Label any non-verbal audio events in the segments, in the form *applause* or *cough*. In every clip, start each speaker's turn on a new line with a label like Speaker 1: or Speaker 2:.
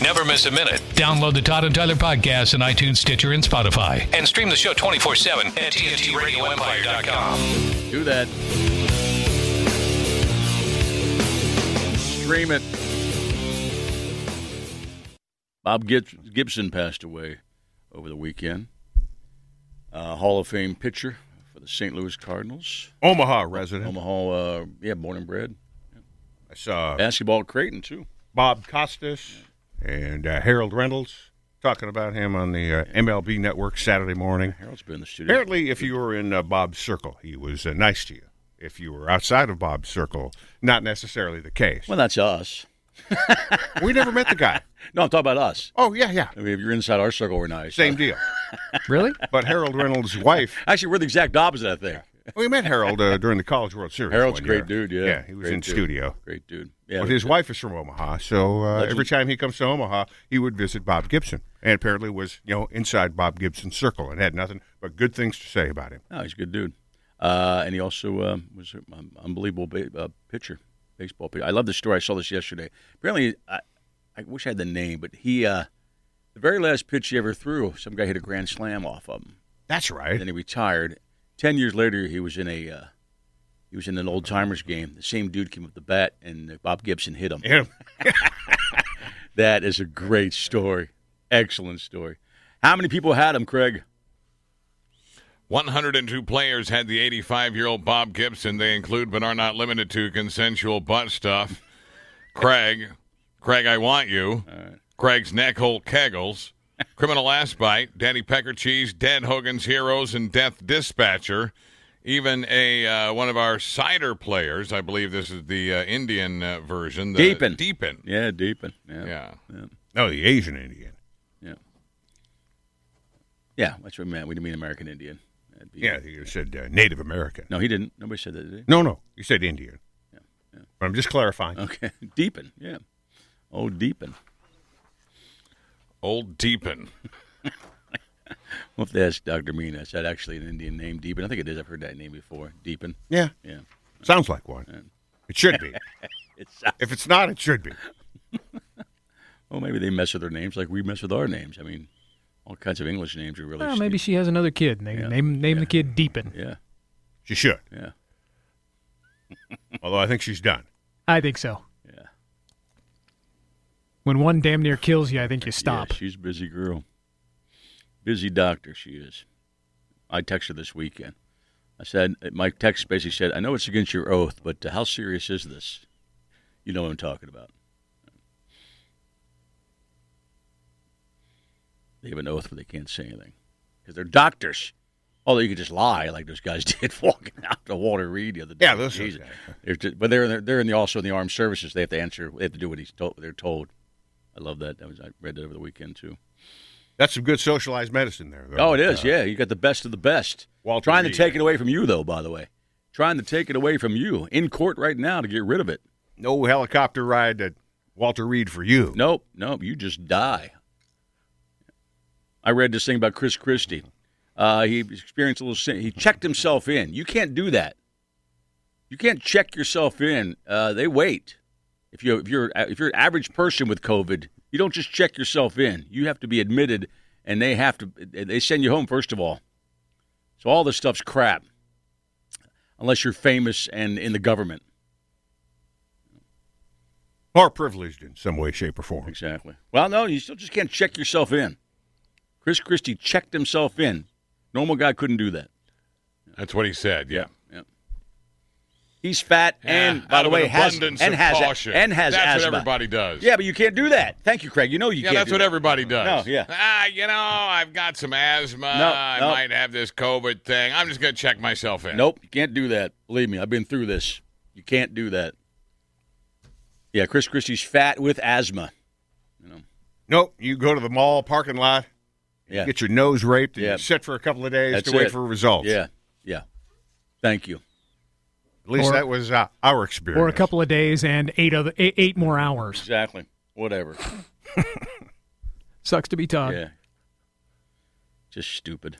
Speaker 1: Never miss a minute.
Speaker 2: Download the Todd and Tyler podcast on iTunes, Stitcher, and Spotify.
Speaker 1: And stream the show 24 7 at TNTRadioEmpire.com.
Speaker 3: Do that. Stream it. Bob Gib- Gibson passed away over the weekend. Uh, Hall of Fame pitcher for the St. Louis Cardinals.
Speaker 4: Omaha resident.
Speaker 3: Omaha, uh, yeah, born and bred.
Speaker 4: I saw
Speaker 3: Basketball at Creighton, too.
Speaker 4: uh, Bob Costas and uh, Harold Reynolds talking about him on the uh, MLB Network Saturday morning.
Speaker 3: Harold's been in the studio.
Speaker 4: Apparently, if you were in uh, Bob's circle, he was uh, nice to you. If you were outside of Bob's circle, not necessarily the case.
Speaker 3: Well, that's us.
Speaker 4: we never met the
Speaker 3: *laughs*
Speaker 4: guy.
Speaker 3: No, I'm talking about us.
Speaker 4: Oh yeah, yeah,
Speaker 3: I mean, if you're inside our circle, we're nice.
Speaker 4: same deal.
Speaker 5: Really?
Speaker 4: But Harold
Speaker 3: *laughs*
Speaker 4: Reynolds' wife,
Speaker 3: Actually, we're the exact opposite, I think.
Speaker 4: we met Harold uh, during the College World Series.
Speaker 3: Harold's a
Speaker 4: one
Speaker 3: great
Speaker 4: year.
Speaker 3: dude, yeah.
Speaker 4: yeah, he was
Speaker 3: Great
Speaker 4: in
Speaker 3: dude.
Speaker 4: studio.
Speaker 3: Great dude. Yeah.
Speaker 4: But his wife is from Omaha, so uh, every time he comes to Omaha, he would visit Bob Gibson, and apparently was you know inside Bob Gibson's circle and had nothing but good things to say about him.
Speaker 3: No, he's a good dude. Uh, and he also uh, was an un- unbelievable ba- uh, pitcher, baseball pitcher. I love the story. I saw this yesterday. Apparently, I, I wish I had the name, but he, uh, the very last pitch he ever threw, some guy hit a grand slam off of him.
Speaker 4: That's right.
Speaker 3: *laughs* Then he retired. Ten years later, he was in a, uh, he was in an old timers game. The same dude came up the bat, and uh, Bob Gibson hit him.
Speaker 4: Yeah.
Speaker 3: That is a great story. Excellent story. How many people had him, Craig?
Speaker 6: 102 players had the 85 year old Bob Gibson. They include, but are not limited to, consensual butt stuff. Craig, Craig, I want you. Craig's neck hole kegels. Criminal ass bite. Daddy Pecker cheese. Dead Hogan's heroes and Death Dispatcher. Even a uh, one of our cider players. I believe this is the uh, Indian uh, version. The
Speaker 3: Deepin.
Speaker 6: Deepin.
Speaker 3: Yeah, Deepin. Yeah.
Speaker 6: Yeah.
Speaker 4: No, the Asian Indian.
Speaker 3: Yeah. Yeah, that's what we meant. We didn't mean American Indian. That'd be-
Speaker 4: Yeah, you said uh, Native American.
Speaker 3: No, he didn't. Nobody said that, did
Speaker 4: No, no, you said Indian. But I'm just clarifying.
Speaker 3: he? Okay. *laughs* Deepin. Yeah. Oh, Deepin.
Speaker 6: Old Deepin.
Speaker 3: Well, if that's Dr. Mina, is that actually an Indian name, Deepin? I think it is. I've heard that name before. Deepin.
Speaker 4: yeah,
Speaker 3: Yeah.
Speaker 4: sounds like one. It should
Speaker 3: *laughs*
Speaker 4: be.
Speaker 3: It's, uh,
Speaker 4: if it's not, it should be.
Speaker 3: oh, maybe they mess with their names like we mess with our names. I mean, all kinds of English names are really
Speaker 5: Well, Oh, maybe
Speaker 3: stupid.
Speaker 5: she has another kid. Name name, name the kid Deepin.
Speaker 3: Yeah.
Speaker 4: She should.
Speaker 3: Yeah.
Speaker 4: Although I think she's done.
Speaker 5: I think so.
Speaker 3: Yeah.
Speaker 5: When one damn near kills you, I think you stop.
Speaker 3: Yeah, she's a busy girl. Busy doctor she is. I texted her this weekend. I said, my text basically said, I know it's against your oath, but uh, how serious is this? You know what I'm talking about. They have an oath, but they can't say anything because they're doctors. Although you could just lie, like those guys *laughs* did walking out to Walter Reed the other day.
Speaker 4: Yeah, those-
Speaker 3: Jesus. They're just- but they're they're in the also in the armed services. They have to answer. They have to do what he's told. They're told. I love that. That was I read that over the weekend too.
Speaker 4: That's some good socialized medicine there. Though. Uh,
Speaker 3: Oh, it is. yeah, you got the best of the best.
Speaker 4: Walter
Speaker 3: trying
Speaker 4: Reed.
Speaker 3: to take it away from you, though. By the way, trying to take it away from you in court right now to get rid of it.
Speaker 4: No helicopter ride at Walter Reed for you.
Speaker 3: Nope, nope. You just die. I read this thing about Chris Christie. Uh, he experienced a little. Sin. He checked himself in. You can't do that. You can't check yourself in. Uh, they wait. If you if you're if you're an average person with COVID, you don't just check yourself in. You have to be admitted, and they have to. They send you home first of all. So all this stuff's crap, unless you're famous and in the government.
Speaker 4: Or privileged in some way, shape, or form.
Speaker 3: Exactly. Well, no, you still just can't check yourself in. Chris Christie checked himself in. Normal guy couldn't do that.
Speaker 6: That's what he said. Yeah.
Speaker 3: He's fat
Speaker 6: Yeah,
Speaker 3: and, by
Speaker 6: out
Speaker 3: the
Speaker 6: of
Speaker 3: way,
Speaker 6: an
Speaker 3: has and
Speaker 6: abundance of
Speaker 3: has
Speaker 6: caution.
Speaker 3: and has
Speaker 6: That's
Speaker 3: asthma.
Speaker 6: what everybody does.
Speaker 3: Yeah, but you can't do that. Thank you, Craig. You know you
Speaker 6: Yeah,
Speaker 3: can't.
Speaker 6: that's
Speaker 3: do
Speaker 6: what
Speaker 3: that.
Speaker 6: everybody does.
Speaker 3: No, yeah.
Speaker 6: Ah, you know, I've got some asthma.
Speaker 3: No,
Speaker 6: I
Speaker 3: no.
Speaker 6: might have this COVID thing. I'm just going to check myself in.
Speaker 3: Nope, you can't do that. Believe me, I've been through this. You can't do that. Yeah, Chris Christie's fat with asthma.
Speaker 4: Nope. You go to the mall parking lot,
Speaker 3: Yeah,
Speaker 4: get your nose raped, and
Speaker 3: Yeah.
Speaker 4: you're sit for a couple of days
Speaker 3: That's
Speaker 4: to wait
Speaker 3: it.
Speaker 4: for results.
Speaker 3: yeah, yeah. Thank you.
Speaker 4: At least
Speaker 5: Or-
Speaker 4: that was uh, our experience.
Speaker 5: Or a couple of days and eight other eight, eight more hours.
Speaker 3: Exactly. Whatever.
Speaker 5: Sucks to be Todd.
Speaker 3: Yeah. Just stupid.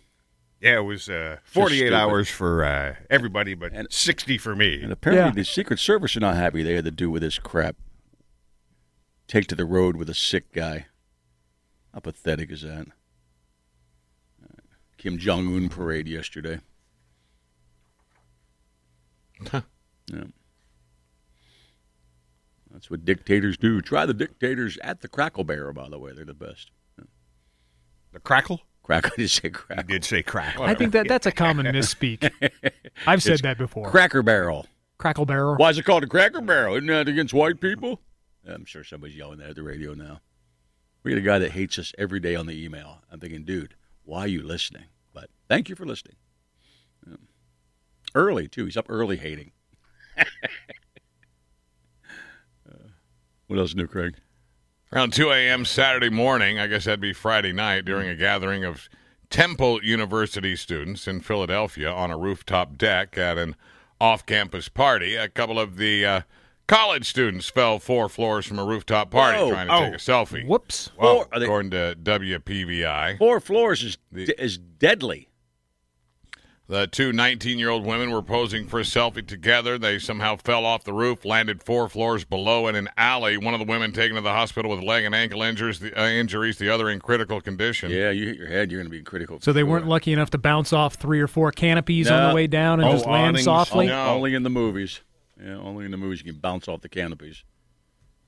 Speaker 4: Yeah, it was uh, 48
Speaker 3: stupid.
Speaker 4: hours for uh, everybody, but
Speaker 3: And-
Speaker 4: 60 for me.
Speaker 3: And apparently,
Speaker 5: Yeah.
Speaker 3: the Secret Service are not happy they had to do with this crap. take to the road with a sick guy. How pathetic is that? Kim Jong Un parade yesterday. Yeah. That's what dictators do. Try the dictators at the Crackle Barrel, by the way. They're the best.
Speaker 4: The crackle?
Speaker 3: Crackle, *laughs* I just say crackle.
Speaker 4: Did say crackle.
Speaker 5: I think that that's a common misspeak. I've said that before.
Speaker 3: Cracker Barrel.
Speaker 5: Crackle barrel.
Speaker 3: Why is it called a cracker barrel? Isn't that against white people? I'm sure somebody's yelling that at the radio now. We got a guy that hates us every day on the email. I'm thinking, dude, why are you listening? But thank you for listening. Um, Early, too. He's up early hating. *laughs* Uh, what else new, Craig?
Speaker 6: Around 2 a.m. Saturday morning, I guess that'd be Friday night, during a gathering of Temple University students in Philadelphia on a rooftop deck at an off campus party, a couple of the uh, college students fell four floors from a rooftop party
Speaker 3: Whoa.
Speaker 6: trying to take a selfie.
Speaker 5: Whoops.
Speaker 6: Well,
Speaker 3: Four- are they-
Speaker 6: according to WPVI,
Speaker 3: Four floors is,
Speaker 6: The-
Speaker 3: is deadly.
Speaker 6: the two 19 year old women were posing for a selfie together. They somehow fell off the roof, landed four floors below in an alley. One of the women taken to the hospital with leg and ankle injuries, the, uh, injuries the other in critical condition.
Speaker 3: Yeah, you hit your head, you're going to be in critical.
Speaker 5: So they
Speaker 3: condition.
Speaker 5: weren't lucky enough to bounce off three or four canopies on
Speaker 3: No.
Speaker 5: the way down and
Speaker 4: Oh,
Speaker 5: just land
Speaker 4: awnings.
Speaker 5: softly.
Speaker 6: Oh, no.
Speaker 3: Only in the movies. Yeah, only in the movies you can bounce off the canopies.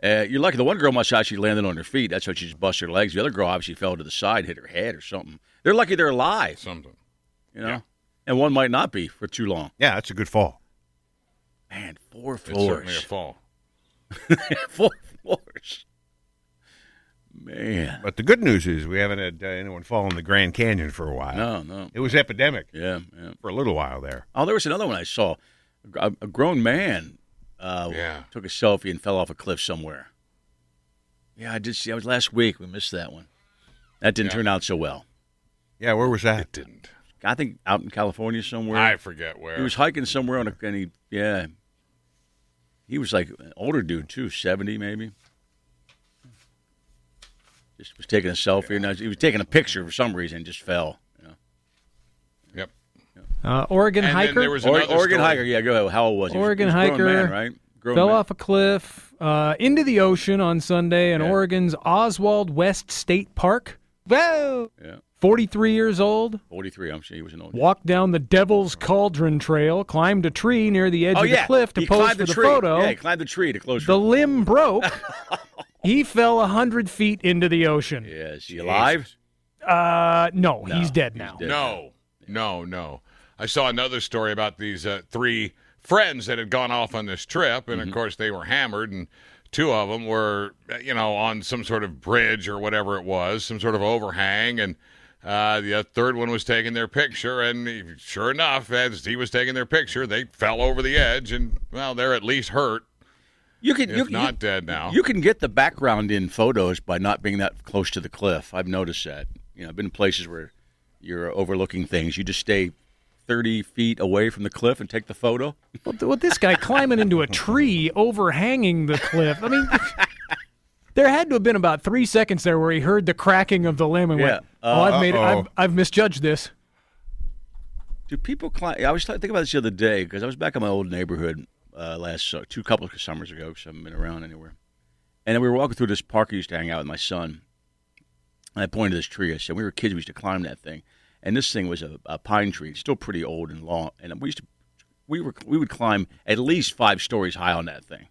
Speaker 3: Uh, you're lucky the one girl must have actually landed on her feet. That's why she just busted her legs. The other girl obviously fell to the side, hit her head or something. They're lucky they're alive,
Speaker 6: Something.
Speaker 3: you know. And one might not be for too long.
Speaker 4: Yeah, that's a good fall.
Speaker 3: Man, four
Speaker 6: It's certainly
Speaker 3: floors.
Speaker 6: a fall.
Speaker 3: *laughs* four floors. Man.
Speaker 4: But the good news is we haven't had uh, anyone fall in the Grand Canyon for a while.
Speaker 3: No, no.
Speaker 4: It was epidemic
Speaker 3: Yeah, yeah.
Speaker 4: for a little while there.
Speaker 3: Oh, there was another one I saw. A, a grown man uh,
Speaker 6: Yeah.
Speaker 3: took a selfie and fell off a cliff somewhere. Yeah, I did see. I was last week. We missed that one. That didn't turn out so well.
Speaker 4: Yeah, where was that?
Speaker 6: Didn't.
Speaker 3: I think out in California somewhere.
Speaker 6: I forget where.
Speaker 3: he was hiking somewhere on a, and he yeah. He was like an older dude too, seventy maybe. Just was taking a selfie and I was- he was taking a picture for some reason and just fell. You know.
Speaker 6: Yep.
Speaker 5: Uh, Oregon
Speaker 6: And then
Speaker 5: hiker
Speaker 6: there was
Speaker 3: Or,
Speaker 6: another
Speaker 3: Oregon
Speaker 6: story.
Speaker 3: hiker, yeah, go ahead. How old was he? He was-
Speaker 5: Oregon
Speaker 3: he was a grown
Speaker 5: hiker
Speaker 3: man, right? Grown
Speaker 5: fell
Speaker 3: man.
Speaker 5: off a cliff uh, into the ocean on Sunday in Oregon's Oswald West State Park. Whoa!
Speaker 3: Yeah.
Speaker 5: 43 years old,
Speaker 3: Forty-three. I'm sure he was an old.
Speaker 5: walked down the Devil's Cauldron Trail, climbed a tree near the edge
Speaker 3: Oh
Speaker 5: of
Speaker 3: yeah,
Speaker 5: the cliff to
Speaker 3: he
Speaker 5: pose
Speaker 3: climbed
Speaker 5: for the,
Speaker 3: the tree.
Speaker 5: photo.
Speaker 3: Yeah, he climbed the tree to close.
Speaker 5: the
Speaker 3: The... *laughs*
Speaker 5: limb broke. he fell 100 feet into the ocean.
Speaker 3: *laughs* Yeah, is he alive?
Speaker 5: Uh, no,
Speaker 3: No,
Speaker 5: he's dead now.
Speaker 3: dead.
Speaker 6: No, no, no. I saw another story about these uh, three friends that had gone off on this trip, and
Speaker 3: Mm-hmm.
Speaker 6: of course they were hammered, and two of them were, uh, you know, on some sort of bridge or whatever it was, some sort of overhang, and uh, the uh, third one was taking their picture, and he- sure enough, as he was taking their picture, they fell over the edge, and well, they're at least hurt,
Speaker 3: You can.
Speaker 6: if
Speaker 3: you,
Speaker 6: not
Speaker 3: you,
Speaker 6: dead now.
Speaker 3: You can get the background in photos by not being that close to the cliff. I've noticed that. You know, I've been in places where you're overlooking things. You just stay 30 feet away from the cliff and take the photo.
Speaker 5: Well, th- well, this guy climbing into a tree overhanging the cliff. I mean, there had to have been about three seconds there where he heard the cracking of the limb and went,
Speaker 3: Yeah.
Speaker 5: "Oh, I've made,
Speaker 4: uh-oh.
Speaker 5: I've, I've misjudged this."
Speaker 3: Do people climb? I was thinking about this the other day because I was back in my old neighborhood uh, last su- two couple of summers ago because I haven't been around anywhere. And then we were walking through this park I used to hang out with my son. And I pointed to this tree. I said, "We were kids. We used to climb that thing." And this thing was a, a pine tree. It's still pretty old and long. And we used to we were we would climb at least five stories high on that thing.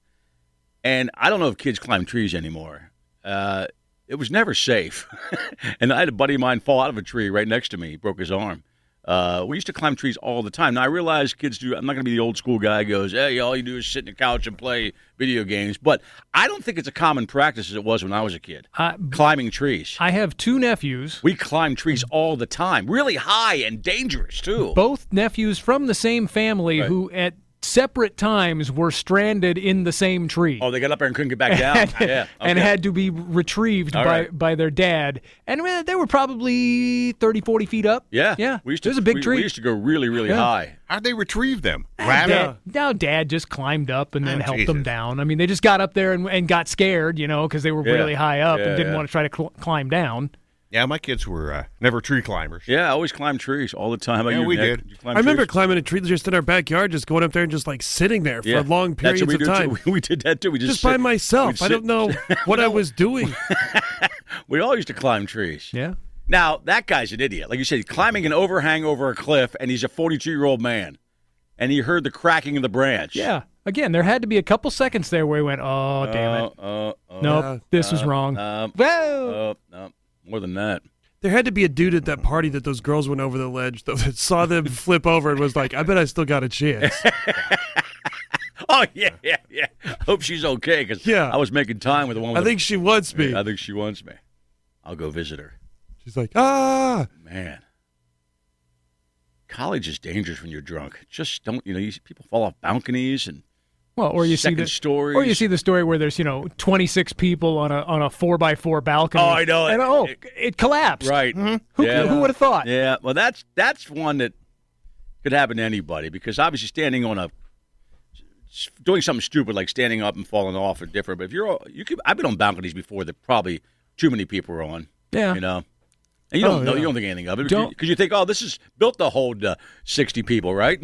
Speaker 3: And I don't know if kids climb trees anymore. Uh, it was never safe. *laughs* and I had a buddy of mine fall out of a tree right next to me. He broke his arm. Uh, we used to climb trees all the time. Now I realize kids do. I'm not going to be the old school guy. who Goes, hey, all you do is sit in the couch and play video games. But I don't think it's a common practice as it was when I was a kid.
Speaker 5: I,
Speaker 3: Climbing trees.
Speaker 5: I have two nephews,
Speaker 3: We climb trees all the time, really high and dangerous too.
Speaker 5: both nephews from the same family, who at separate times were stranded in the same tree. *laughs*
Speaker 3: Oh, they got up there and couldn't get back down. yeah,
Speaker 5: And
Speaker 3: okay.
Speaker 5: had to be retrieved
Speaker 3: All
Speaker 5: by,
Speaker 3: right.
Speaker 5: by their dad. And well, they were probably 30, 40 feet up.
Speaker 3: yeah,
Speaker 5: Yeah.
Speaker 3: We used to,
Speaker 5: it was a big
Speaker 3: we,
Speaker 5: tree.
Speaker 3: We used to go really, really
Speaker 5: Yeah.
Speaker 3: high.
Speaker 4: How'd they retrieve them?
Speaker 5: Dad,
Speaker 4: Rabbit?
Speaker 5: now dad just climbed up and then
Speaker 4: Oh,
Speaker 5: helped
Speaker 4: Jesus.
Speaker 5: them down. I mean, they just got up there and, and got scared, you know, because they were
Speaker 3: Yeah.
Speaker 5: really high up
Speaker 3: Yeah,
Speaker 5: and didn't
Speaker 3: yeah.
Speaker 5: want to try to cl- climb down.
Speaker 4: Yeah, my kids were uh, never tree climbers.
Speaker 3: Yeah, I always climb trees all the time. How
Speaker 4: Yeah,
Speaker 3: about you,
Speaker 4: we
Speaker 3: Nick?
Speaker 4: did.
Speaker 3: you
Speaker 7: I
Speaker 3: climb
Speaker 7: remember
Speaker 3: trees?
Speaker 7: climbing a tree just in our backyard, just going up there and just like sitting there for
Speaker 3: Yeah,
Speaker 7: long
Speaker 3: that's
Speaker 7: periods
Speaker 3: what we
Speaker 7: of
Speaker 3: do
Speaker 7: time.
Speaker 3: Too. *laughs* We did that too. We just,
Speaker 7: Just by
Speaker 3: sit-
Speaker 7: myself.
Speaker 3: we'd
Speaker 7: I don't
Speaker 3: sit-
Speaker 7: know
Speaker 3: *laughs*
Speaker 7: what I was doing.
Speaker 3: We all used to climb trees.
Speaker 5: *laughs* Yeah.
Speaker 3: Now that guy's an idiot. Like you said, he's climbing an overhang over a cliff, and he's a 42 year old man, and he heard the cracking of the branch.
Speaker 5: Yeah. Again, there had to be a couple seconds there where he went, oh, damn it.
Speaker 3: Uh, uh,
Speaker 5: Nope, this was wrong.
Speaker 3: um,
Speaker 5: Whoa.
Speaker 3: uh, no, more than that.
Speaker 7: There had to be a dude at that party that those girls went over the ledge though, that
Speaker 3: *laughs*
Speaker 7: saw them flip over and was like, "I bet I still got a chance."
Speaker 3: *laughs* Oh yeah, yeah, yeah. Hope she's okay because
Speaker 7: Yeah.
Speaker 3: I was making time with the one. With
Speaker 7: I think she wants
Speaker 3: the,
Speaker 7: me.
Speaker 3: I think she wants me. I'll go visit her.
Speaker 7: She's like, "Ah!"
Speaker 3: Man, college is dangerous when you're drunk. Just don't you know? You, see people fall off balconies and
Speaker 5: Well, or you see
Speaker 3: second
Speaker 5: the
Speaker 3: stories.
Speaker 5: or you see the story where there's you know 26 people on a on a four by four balcony.
Speaker 3: Oh, I know.
Speaker 5: And oh,
Speaker 3: It-
Speaker 5: it, collapsed.
Speaker 3: right.
Speaker 5: Mm-hmm. Who,
Speaker 3: Yeah.
Speaker 5: who would have thought?
Speaker 3: Yeah, well, that's that's one that could happen to anybody because obviously standing on a doing something stupid like standing up and falling off are different. But if you're all- you could, I've been on balconies before that probably too many people are on.
Speaker 5: Yeah.
Speaker 3: you know, and you don't
Speaker 7: Oh,
Speaker 3: know
Speaker 7: yeah.
Speaker 3: you don't think anything of it
Speaker 5: Don't-
Speaker 3: because you think oh this is built to hold uh, sixty people right.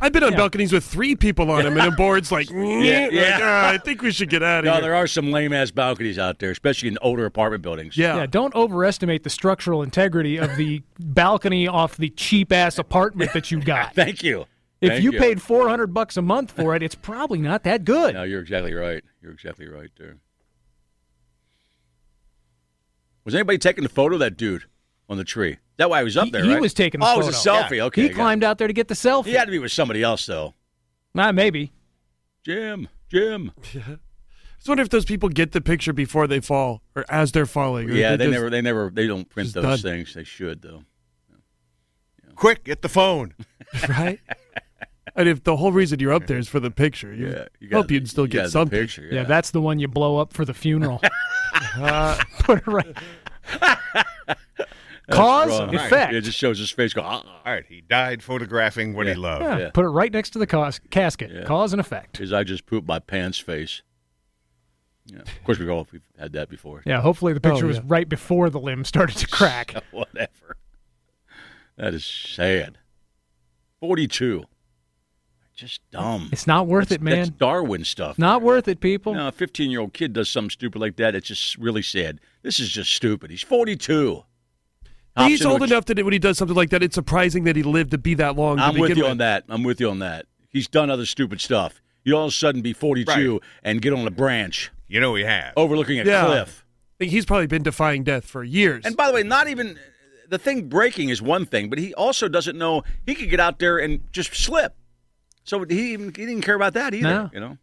Speaker 7: I've been on balconies with three people on them,
Speaker 3: *laughs*
Speaker 7: and the board's like, "Nyeh,"
Speaker 3: yeah.
Speaker 7: like, "Ah, I think we should get out
Speaker 3: *laughs*
Speaker 7: of
Speaker 3: no,
Speaker 7: here."
Speaker 3: there are some lame ass balconies out there, especially in older apartment buildings.
Speaker 7: yeah.
Speaker 5: Yeah, don't overestimate the structural integrity of the *laughs* balcony off the cheap ass apartment that you got.
Speaker 3: *laughs* thank you.
Speaker 5: If
Speaker 3: Thank
Speaker 5: you paid 400 bucks a month for it, it's probably not that good.
Speaker 3: No, you're exactly right. You're exactly right there. Was anybody taking the photo of that dude on the tree? That way I was up
Speaker 5: He-
Speaker 3: there.
Speaker 5: he
Speaker 3: right?
Speaker 5: was taking the
Speaker 3: oh,
Speaker 5: photo.
Speaker 3: it was a selfie.
Speaker 5: Yeah.
Speaker 3: Okay,
Speaker 5: He
Speaker 3: I got it.
Speaker 5: climbed out there to get the selfie.
Speaker 3: He had to be with somebody else though. *laughs*
Speaker 5: Nah, maybe.
Speaker 3: Jim, Jim.
Speaker 7: I just wonder if those people get the picture before they fall or as they're falling. or
Speaker 3: Yeah,
Speaker 7: if
Speaker 3: they
Speaker 7: just-
Speaker 3: never, they never, they don't print
Speaker 7: just
Speaker 3: those
Speaker 7: done.
Speaker 3: things. They should though.
Speaker 4: Quick, get the phone.
Speaker 7: right. And if the whole reason you're up there is for the picture, you
Speaker 3: Yeah, you
Speaker 7: hope
Speaker 3: got-
Speaker 7: you'd still
Speaker 3: you got
Speaker 7: get
Speaker 3: the
Speaker 7: something.
Speaker 3: Picture,
Speaker 5: Yeah. that's the one you blow up for
Speaker 3: *laughs*
Speaker 5: the funeral. Uh, *laughs* Put it right. Cause
Speaker 3: Wrong.
Speaker 5: effect.
Speaker 3: Yeah, it just shows his face go. Ah.
Speaker 4: All right, he died photographing what he loved.
Speaker 5: Yeah,
Speaker 3: Yeah.
Speaker 5: Put it right next to the cos- casket. Cause and effect.
Speaker 3: Is I just pooped my pants face? Yeah. Of course, we all we've had that before.
Speaker 5: Yeah, hopefully the picture was
Speaker 7: Oh, yeah.
Speaker 5: right before the limb *laughs* started to crack.
Speaker 3: *laughs* whatever. That is sad. 42. Just dumb.
Speaker 5: It's not worth
Speaker 3: That's-
Speaker 5: it, man.
Speaker 3: That's Darwin stuff.
Speaker 5: Not worth it, people.
Speaker 3: No, a 15 year old kid does something stupid like that. It's just really sad. This is just stupid. He's 42. Hops
Speaker 7: He's
Speaker 3: into
Speaker 7: old
Speaker 3: a-
Speaker 7: enough that when he does something like that, it's surprising that he lived to be that long. to
Speaker 3: I'm with
Speaker 7: begin
Speaker 3: you on that. I'm with you on that. He's done other stupid stuff. You all of a sudden be 42 and get on a branch
Speaker 4: You know he had.
Speaker 3: overlooking a
Speaker 7: Yeah.
Speaker 3: cliff.
Speaker 7: Like, He's probably been defying death for years.
Speaker 3: And by the way, not even the thing breaking is one thing, but he also doesn't know he could get out there and just slip. So he even he didn't care about that either.
Speaker 5: No.
Speaker 3: You know?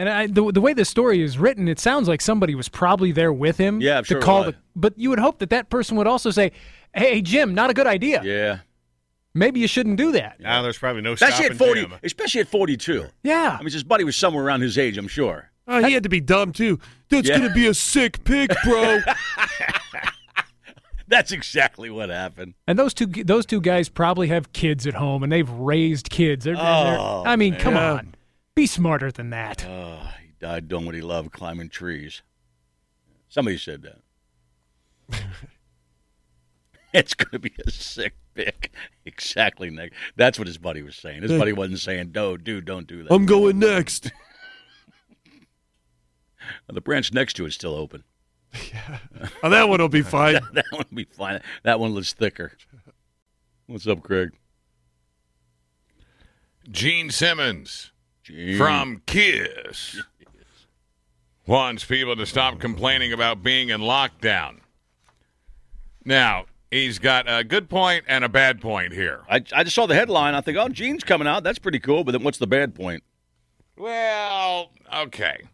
Speaker 5: And I, the, the way this story is written, it sounds like somebody was probably there with him.
Speaker 3: Yeah, I'm
Speaker 5: to
Speaker 3: sure it
Speaker 5: call
Speaker 3: was.
Speaker 5: the. But you would hope that that person would also say, "Hey, Jim, not a good idea.
Speaker 3: Yeah.
Speaker 5: Maybe you shouldn't do that."
Speaker 4: Now there's probably no
Speaker 3: Especially
Speaker 4: stopping
Speaker 3: at forty,
Speaker 4: Jim.
Speaker 3: especially at forty-two.
Speaker 5: Yeah,
Speaker 3: I mean, his buddy was somewhere around his age, I'm sure.
Speaker 7: oh, he had to be dumb too. That's
Speaker 3: Yeah.
Speaker 7: gonna be a sick pic, bro.
Speaker 3: That's exactly what happened.
Speaker 5: and those two those two guys probably have kids at home, and they've raised kids. They're, they're-
Speaker 3: Oh,
Speaker 5: I mean, come
Speaker 7: man.
Speaker 5: on, be smarter than that.
Speaker 3: Oh, he died doing what he loved, climbing trees. Somebody said that. *laughs* it's going to be a sick pick. *laughs* Exactly, Nick. That's what his buddy was saying. His buddy wasn't saying, "No, dude, don't do that."
Speaker 7: I'm going next.
Speaker 3: the branch next to it's still open. *laughs*
Speaker 7: Oh, that one'll be fine.
Speaker 3: That one will be fine. That one looks thicker. What's up, Craig?
Speaker 6: Gene Simmons
Speaker 3: Gene.
Speaker 6: from Kiss wants people to stop complaining about being in lockdown. Now, he's got a good point and a bad point here.
Speaker 3: I, I just saw the headline. I think, oh, Gene's coming out. That's pretty cool. But then what's the bad point?
Speaker 6: Well, okay.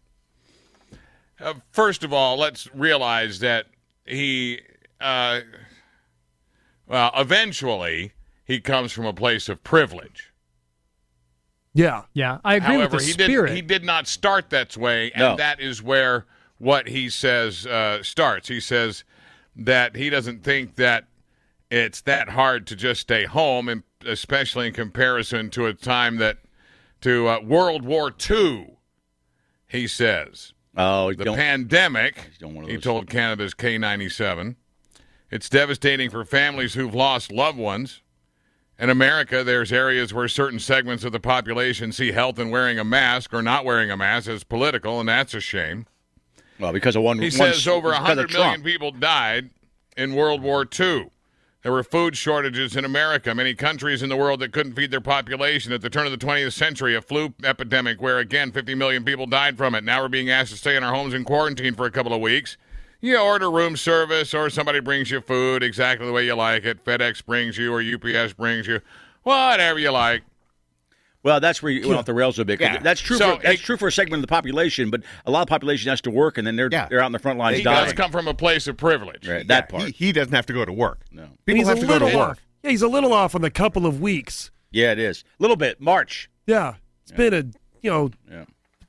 Speaker 6: Uh, first of all, let's realize that he, uh, well, eventually he comes from a place of privilege.
Speaker 7: Yeah.
Speaker 5: Yeah, I agree
Speaker 6: However,
Speaker 5: with the
Speaker 6: he
Speaker 5: spirit.
Speaker 6: did he did not start that way, and
Speaker 3: No.
Speaker 6: that is where what he says uh, starts. He says that he doesn't think that it's that hard to just stay home, and especially in comparison to a time that to uh, World War II. He says
Speaker 3: Oh,
Speaker 6: the
Speaker 3: don't,
Speaker 6: pandemic.
Speaker 3: Oh, He's done one of
Speaker 6: He
Speaker 3: those.
Speaker 6: told Canada's K ninety seven It's devastating for families who've lost loved ones. In America, there's areas where certain segments of the population see health in wearing a mask or not wearing a mask as political, and that's a shame.
Speaker 3: Well, because of one.
Speaker 6: He
Speaker 3: one-
Speaker 6: says over
Speaker 3: because of
Speaker 6: 100 million
Speaker 3: Trump.
Speaker 6: people died in World War II. There were food shortages in America, many countries in the world that couldn't feed their population. At the turn of the 20th century, a flu epidemic where, again, 50 million people died from it. Now we're being asked to stay in our homes in quarantine for a couple of weeks. You order room service or somebody brings you food exactly the way you like it. FedEx brings you or UPS brings you, whatever you like.
Speaker 3: Well, that's where you went off the rails a bit. 'cause
Speaker 4: Yeah.
Speaker 3: That's true.
Speaker 6: So
Speaker 3: for, that's
Speaker 6: it-
Speaker 3: true for a segment of the population, but a lot of the population has to work, and then they're
Speaker 4: Yeah.
Speaker 3: they're out in the front lines
Speaker 6: He does
Speaker 3: dying.
Speaker 6: come from a place of privilege.
Speaker 3: Right, that
Speaker 4: Yeah,
Speaker 3: part.
Speaker 4: He, he doesn't have to go to work.
Speaker 3: No.
Speaker 7: And
Speaker 4: People
Speaker 7: he's
Speaker 4: have
Speaker 7: a
Speaker 4: to go to
Speaker 7: little
Speaker 4: work.
Speaker 7: off. Yeah, he's a little off on the couple of weeks.
Speaker 3: yeah, it is a little bit. March.
Speaker 7: Yeah, it's been a you know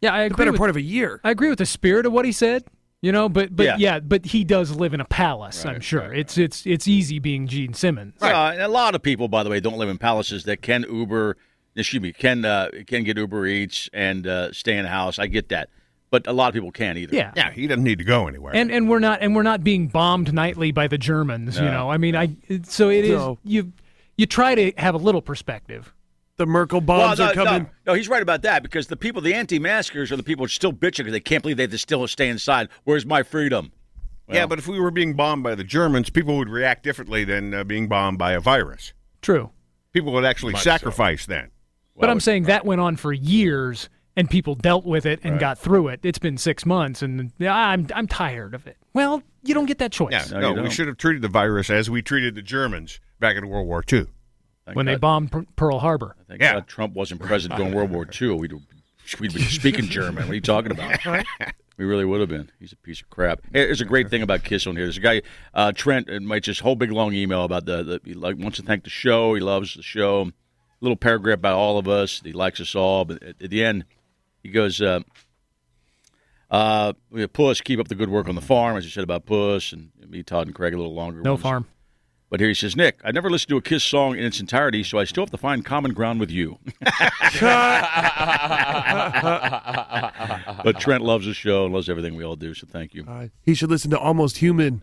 Speaker 5: Yeah, I
Speaker 7: the
Speaker 5: agree.
Speaker 7: better
Speaker 5: With,
Speaker 7: part of a year.
Speaker 5: I agree with the spirit of what he said. You know, but but
Speaker 3: Yeah.
Speaker 5: yeah, but he does live in a palace. I'm sure it's it's it's easy being Gene Simmons.
Speaker 3: Uh, and a lot of people, by the way, don't live in palaces that can Uber. Excuse me, can uh, can get Uber Eats and uh, stay in a house. I get that, but a lot of people can't either.
Speaker 5: Yeah.
Speaker 4: Yeah, he doesn't need to go anywhere.
Speaker 5: And and we're not and we're not being bombed nightly by the Germans, you know. I mean, I it- so it is
Speaker 7: No.
Speaker 5: you you try to have a little perspective.
Speaker 7: The Merkel
Speaker 3: Well,
Speaker 7: bombs
Speaker 3: no,
Speaker 7: are coming.
Speaker 3: No, no, he's right about that because the people, the anti-maskers, are the people who are still bitching because they can't believe they have to still stay inside. Where's my freedom?
Speaker 4: yeah, but if we were being bombed by the Germans, people would react differently than uh, being bombed by a virus.
Speaker 5: True.
Speaker 4: People would actually sacrifice then.
Speaker 5: but I'm saying that went on for years and people dealt with it and got through it. It's been 6 months and I'm I'm tired of it. Well, you don't get that choice
Speaker 4: Yeah,
Speaker 3: No,
Speaker 4: no,
Speaker 3: you
Speaker 4: we
Speaker 3: don't.
Speaker 4: should have treated the virus as we treated the Germans back in World War II.
Speaker 3: Thank
Speaker 5: when they
Speaker 3: God-
Speaker 5: bombed P- Pearl Harbor.
Speaker 3: thank
Speaker 4: Yeah.
Speaker 3: God Uh, Trump wasn't president during World War II. We'd we'd be speaking German. What are you talking about? We really would have been. He's a piece of crap. Hey, There's a great thing about Kiss on here. There's a guy, uh, Trent, and writes this whole big long email about the, the he like wants to thank the show. He loves the show. Little paragraph about all of us. He likes us all. But at, at the end, he goes, uh, uh, "Puss, keep up the good work on the farm." As you said about Puss and me, Todd, and Craig a little longer.
Speaker 5: No
Speaker 3: ones.
Speaker 5: farm.
Speaker 3: But here he says, Nick, I never listened to a Kiss song in its entirety, so I still have to find common ground with you. *laughs* but Trent loves the show and loves everything we all do, so thank you.
Speaker 7: Uh, he should listen to Almost Human.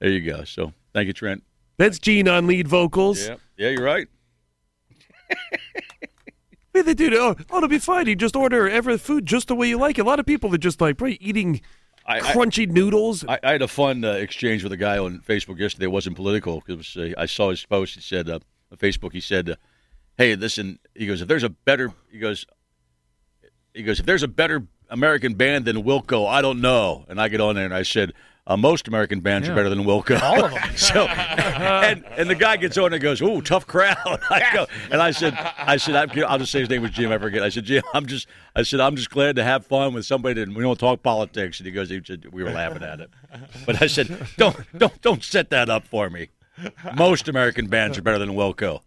Speaker 3: There you go. So thank you, Trent.
Speaker 7: That's Gene on lead vocals.
Speaker 3: yeah, you're right.
Speaker 7: What do they do? Oh, oh, it'll be fine. You just order every food just the way you like. it. A lot of people are just like probably eating
Speaker 3: I- I-
Speaker 7: crunchy noodles.
Speaker 3: I, I had a fun uh, exchange with a guy on Facebook yesterday. It wasn't political because uh, I saw his post. He said, uh, on Facebook, he said, uh, "Hey, listen." He goes, "If there's a better," he goes, "He goes, if there's a better American band than Wilco, I don't know." And I get on there and I said. Uh, most American bands are better than Wilco. All of them. *laughs* so, and, and the guy gets on and goes, "Ooh, tough crowd." *laughs* I go, and I said, "I said I'm, I'll just say his name was Jim. I forget." I said, "Jim, I'm just," I said, "I'm just glad to have fun with somebody that we don't talk politics." And he goes, he said, "We were laughing at it," but I said, "Don't, don't, don't set that up for me." Most American bands are better than Wilco.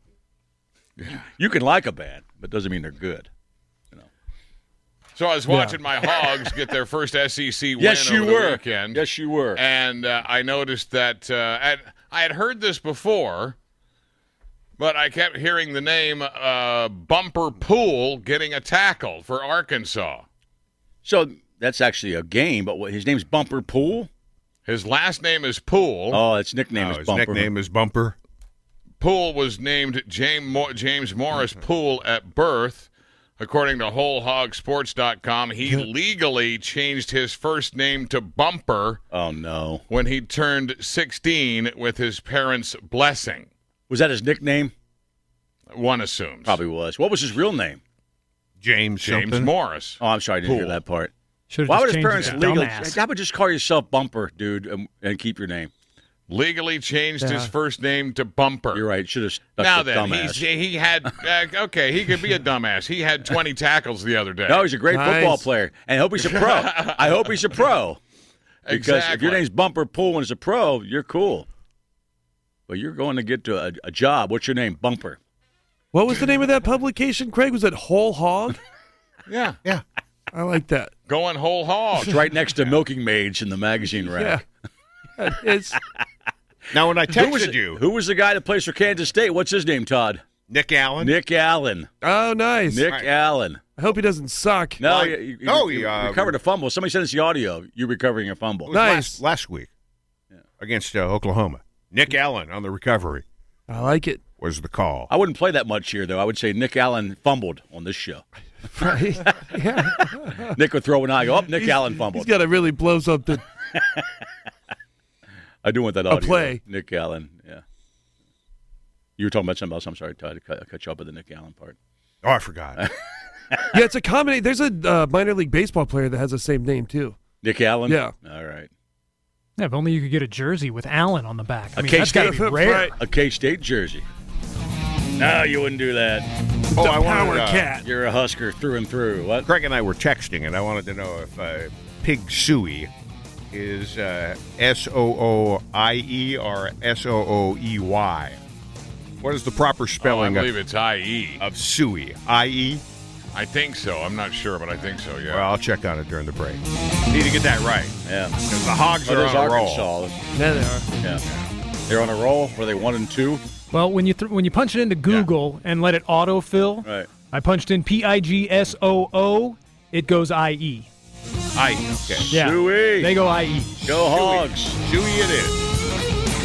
Speaker 3: You can like a band, but doesn't mean they're good.
Speaker 6: So I was watching my Hogs get their first SEC
Speaker 3: *laughs*
Speaker 6: win
Speaker 3: Yes,
Speaker 6: over
Speaker 3: you
Speaker 6: the
Speaker 3: were.
Speaker 6: weekend.
Speaker 3: Yes, you were.
Speaker 6: And uh, I noticed that uh, I, I had heard this before, but I kept hearing the name uh, Bumper Pool getting a tackle for Arkansas.
Speaker 3: So that's actually a game, but what, his name's Bumper Pool.
Speaker 6: His last name is Pool.
Speaker 3: Oh, its nickname
Speaker 4: No,
Speaker 3: is
Speaker 4: his
Speaker 3: Bumper.
Speaker 4: nickname is Bumper.
Speaker 6: Poole was named James, Mo- James Morris
Speaker 3: Mm-hmm.
Speaker 6: Poole at birth. According to WholeHogSports.com, he legally changed his first name to Bumper
Speaker 3: Oh no,
Speaker 6: when he turned 16 with his parents' blessing,
Speaker 3: was that his nickname?
Speaker 6: one assumes.
Speaker 3: Probably was. What was his real name?
Speaker 4: James
Speaker 6: James
Speaker 4: something.
Speaker 6: Morris.
Speaker 3: Oh, I'm sorry, I didn't hear
Speaker 6: Pool.
Speaker 3: that part.
Speaker 5: Should
Speaker 3: Why
Speaker 5: have
Speaker 3: would
Speaker 5: just
Speaker 3: his parents
Speaker 5: changed it to
Speaker 3: legal?
Speaker 5: dumbass.
Speaker 3: How about just call yourself Bumper, dude, and, and keep your name?
Speaker 6: Legally changed his
Speaker 7: Yeah.
Speaker 6: first name to Bumper.
Speaker 3: You're right. Should have stuck
Speaker 6: Now
Speaker 3: with
Speaker 6: then, he's,
Speaker 3: dumbass.
Speaker 6: he had, uh, okay, he could be a dumbass. He had 20 tackles the other day.
Speaker 3: no, he's a great
Speaker 7: Nice.
Speaker 3: football player, and I hope he's a
Speaker 6: *laughs*
Speaker 3: pro. I hope he's a pro because if
Speaker 6: Exactly.
Speaker 3: your name's Bumper Pool and is a pro, you're cool. But you're going to get to a, a job. What's your name, Bumper?
Speaker 7: what was the name of that publication, Craig? Was it Whole Hog?
Speaker 6: Yeah,
Speaker 4: *laughs* Yeah.
Speaker 7: I like that.
Speaker 6: going whole hog.
Speaker 3: It's right next to Milking Maids in the magazine rack.
Speaker 7: Yeah. It's
Speaker 4: Now, when I
Speaker 3: Who was
Speaker 4: texted
Speaker 3: it-
Speaker 4: you,
Speaker 3: Who was the guy that plays for Kansas State? What's his name, Todd?
Speaker 4: Nick Allen.
Speaker 3: Nick Allen.
Speaker 7: oh nice.
Speaker 3: Nick
Speaker 4: Right.
Speaker 3: Allen.
Speaker 7: I hope he doesn't suck.
Speaker 3: No,
Speaker 4: Well,
Speaker 3: you, you,
Speaker 4: no,
Speaker 3: you
Speaker 4: he, uh,
Speaker 3: recovered a fumble. Somebody sent us the audio. You recovering a fumble.
Speaker 4: It was
Speaker 7: Nice.
Speaker 4: Last, last week. against uh, Oklahoma. Nick Allen on the recovery
Speaker 7: I like it. *laughs*
Speaker 4: was the call.
Speaker 3: I wouldn't play that much here, though. I would say Nick Allen fumbled on this show.
Speaker 7: Right? yeah.
Speaker 3: Nick would throw an eye, go up. Nick Allen
Speaker 7: He's
Speaker 3: fumbled.
Speaker 7: got to really blow something.
Speaker 3: I do want that audio.
Speaker 7: play.
Speaker 3: Nick Allen. Yeah. You were talking about something else. I'm sorry, Todd. I cut, I cut you up with the Nick Allen part.
Speaker 4: Oh, I forgot. *laughs*
Speaker 7: Yeah, it's a comedy. There's a uh, minor league baseball player that has the same name too.
Speaker 3: Nick Allen.
Speaker 7: Yeah.
Speaker 3: All right.
Speaker 5: Yeah, if only you could get a jersey with Allen on the back. I
Speaker 3: A
Speaker 5: mean, that's got
Speaker 3: K-State.
Speaker 5: to be rare.
Speaker 7: Right.
Speaker 3: A K State jersey. No, you wouldn't do that.
Speaker 4: oh, I
Speaker 7: Power
Speaker 4: wanted, uh,
Speaker 7: cat.
Speaker 3: You're a Husker through and through. What?
Speaker 4: Craig and I were texting, and I wanted to know if uh, pig suey is uh, S O O I E or S O O E Y. What is the proper
Speaker 6: Oh, I
Speaker 4: spelling
Speaker 6: believe
Speaker 4: of,
Speaker 6: it's IE.
Speaker 4: of suey? I E?
Speaker 6: I think so. I'm not sure, but I think so, yeah.
Speaker 4: Well, I'll check on it during the break. Need to get that right.
Speaker 3: Yeah.
Speaker 4: 'cause the hogs
Speaker 3: Oh,
Speaker 4: are
Speaker 3: there's
Speaker 4: on a
Speaker 3: Arkansas.
Speaker 4: roll.
Speaker 7: There they are.
Speaker 3: Yeah. They're on a roll. Were they one and two?
Speaker 5: Well, when you th- when you punch it into Google and let it autofill,
Speaker 3: Right.
Speaker 5: I punched in P I G S O O, it goes I E.
Speaker 4: I E. Okay.
Speaker 5: Yeah.
Speaker 3: Suey.
Speaker 5: They go I E.
Speaker 3: Go Hogs.
Speaker 4: Suey it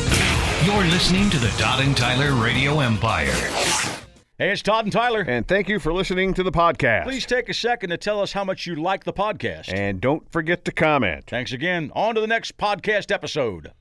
Speaker 4: is.
Speaker 2: You're listening to the Todd and Tyler Radio Empire.
Speaker 3: Hey, it's Todd and Tyler.
Speaker 4: And thank you for listening to the podcast.
Speaker 3: Please take a second to tell us how much you like the podcast.
Speaker 4: And don't forget to comment.
Speaker 3: Thanks again. On to the next podcast episode.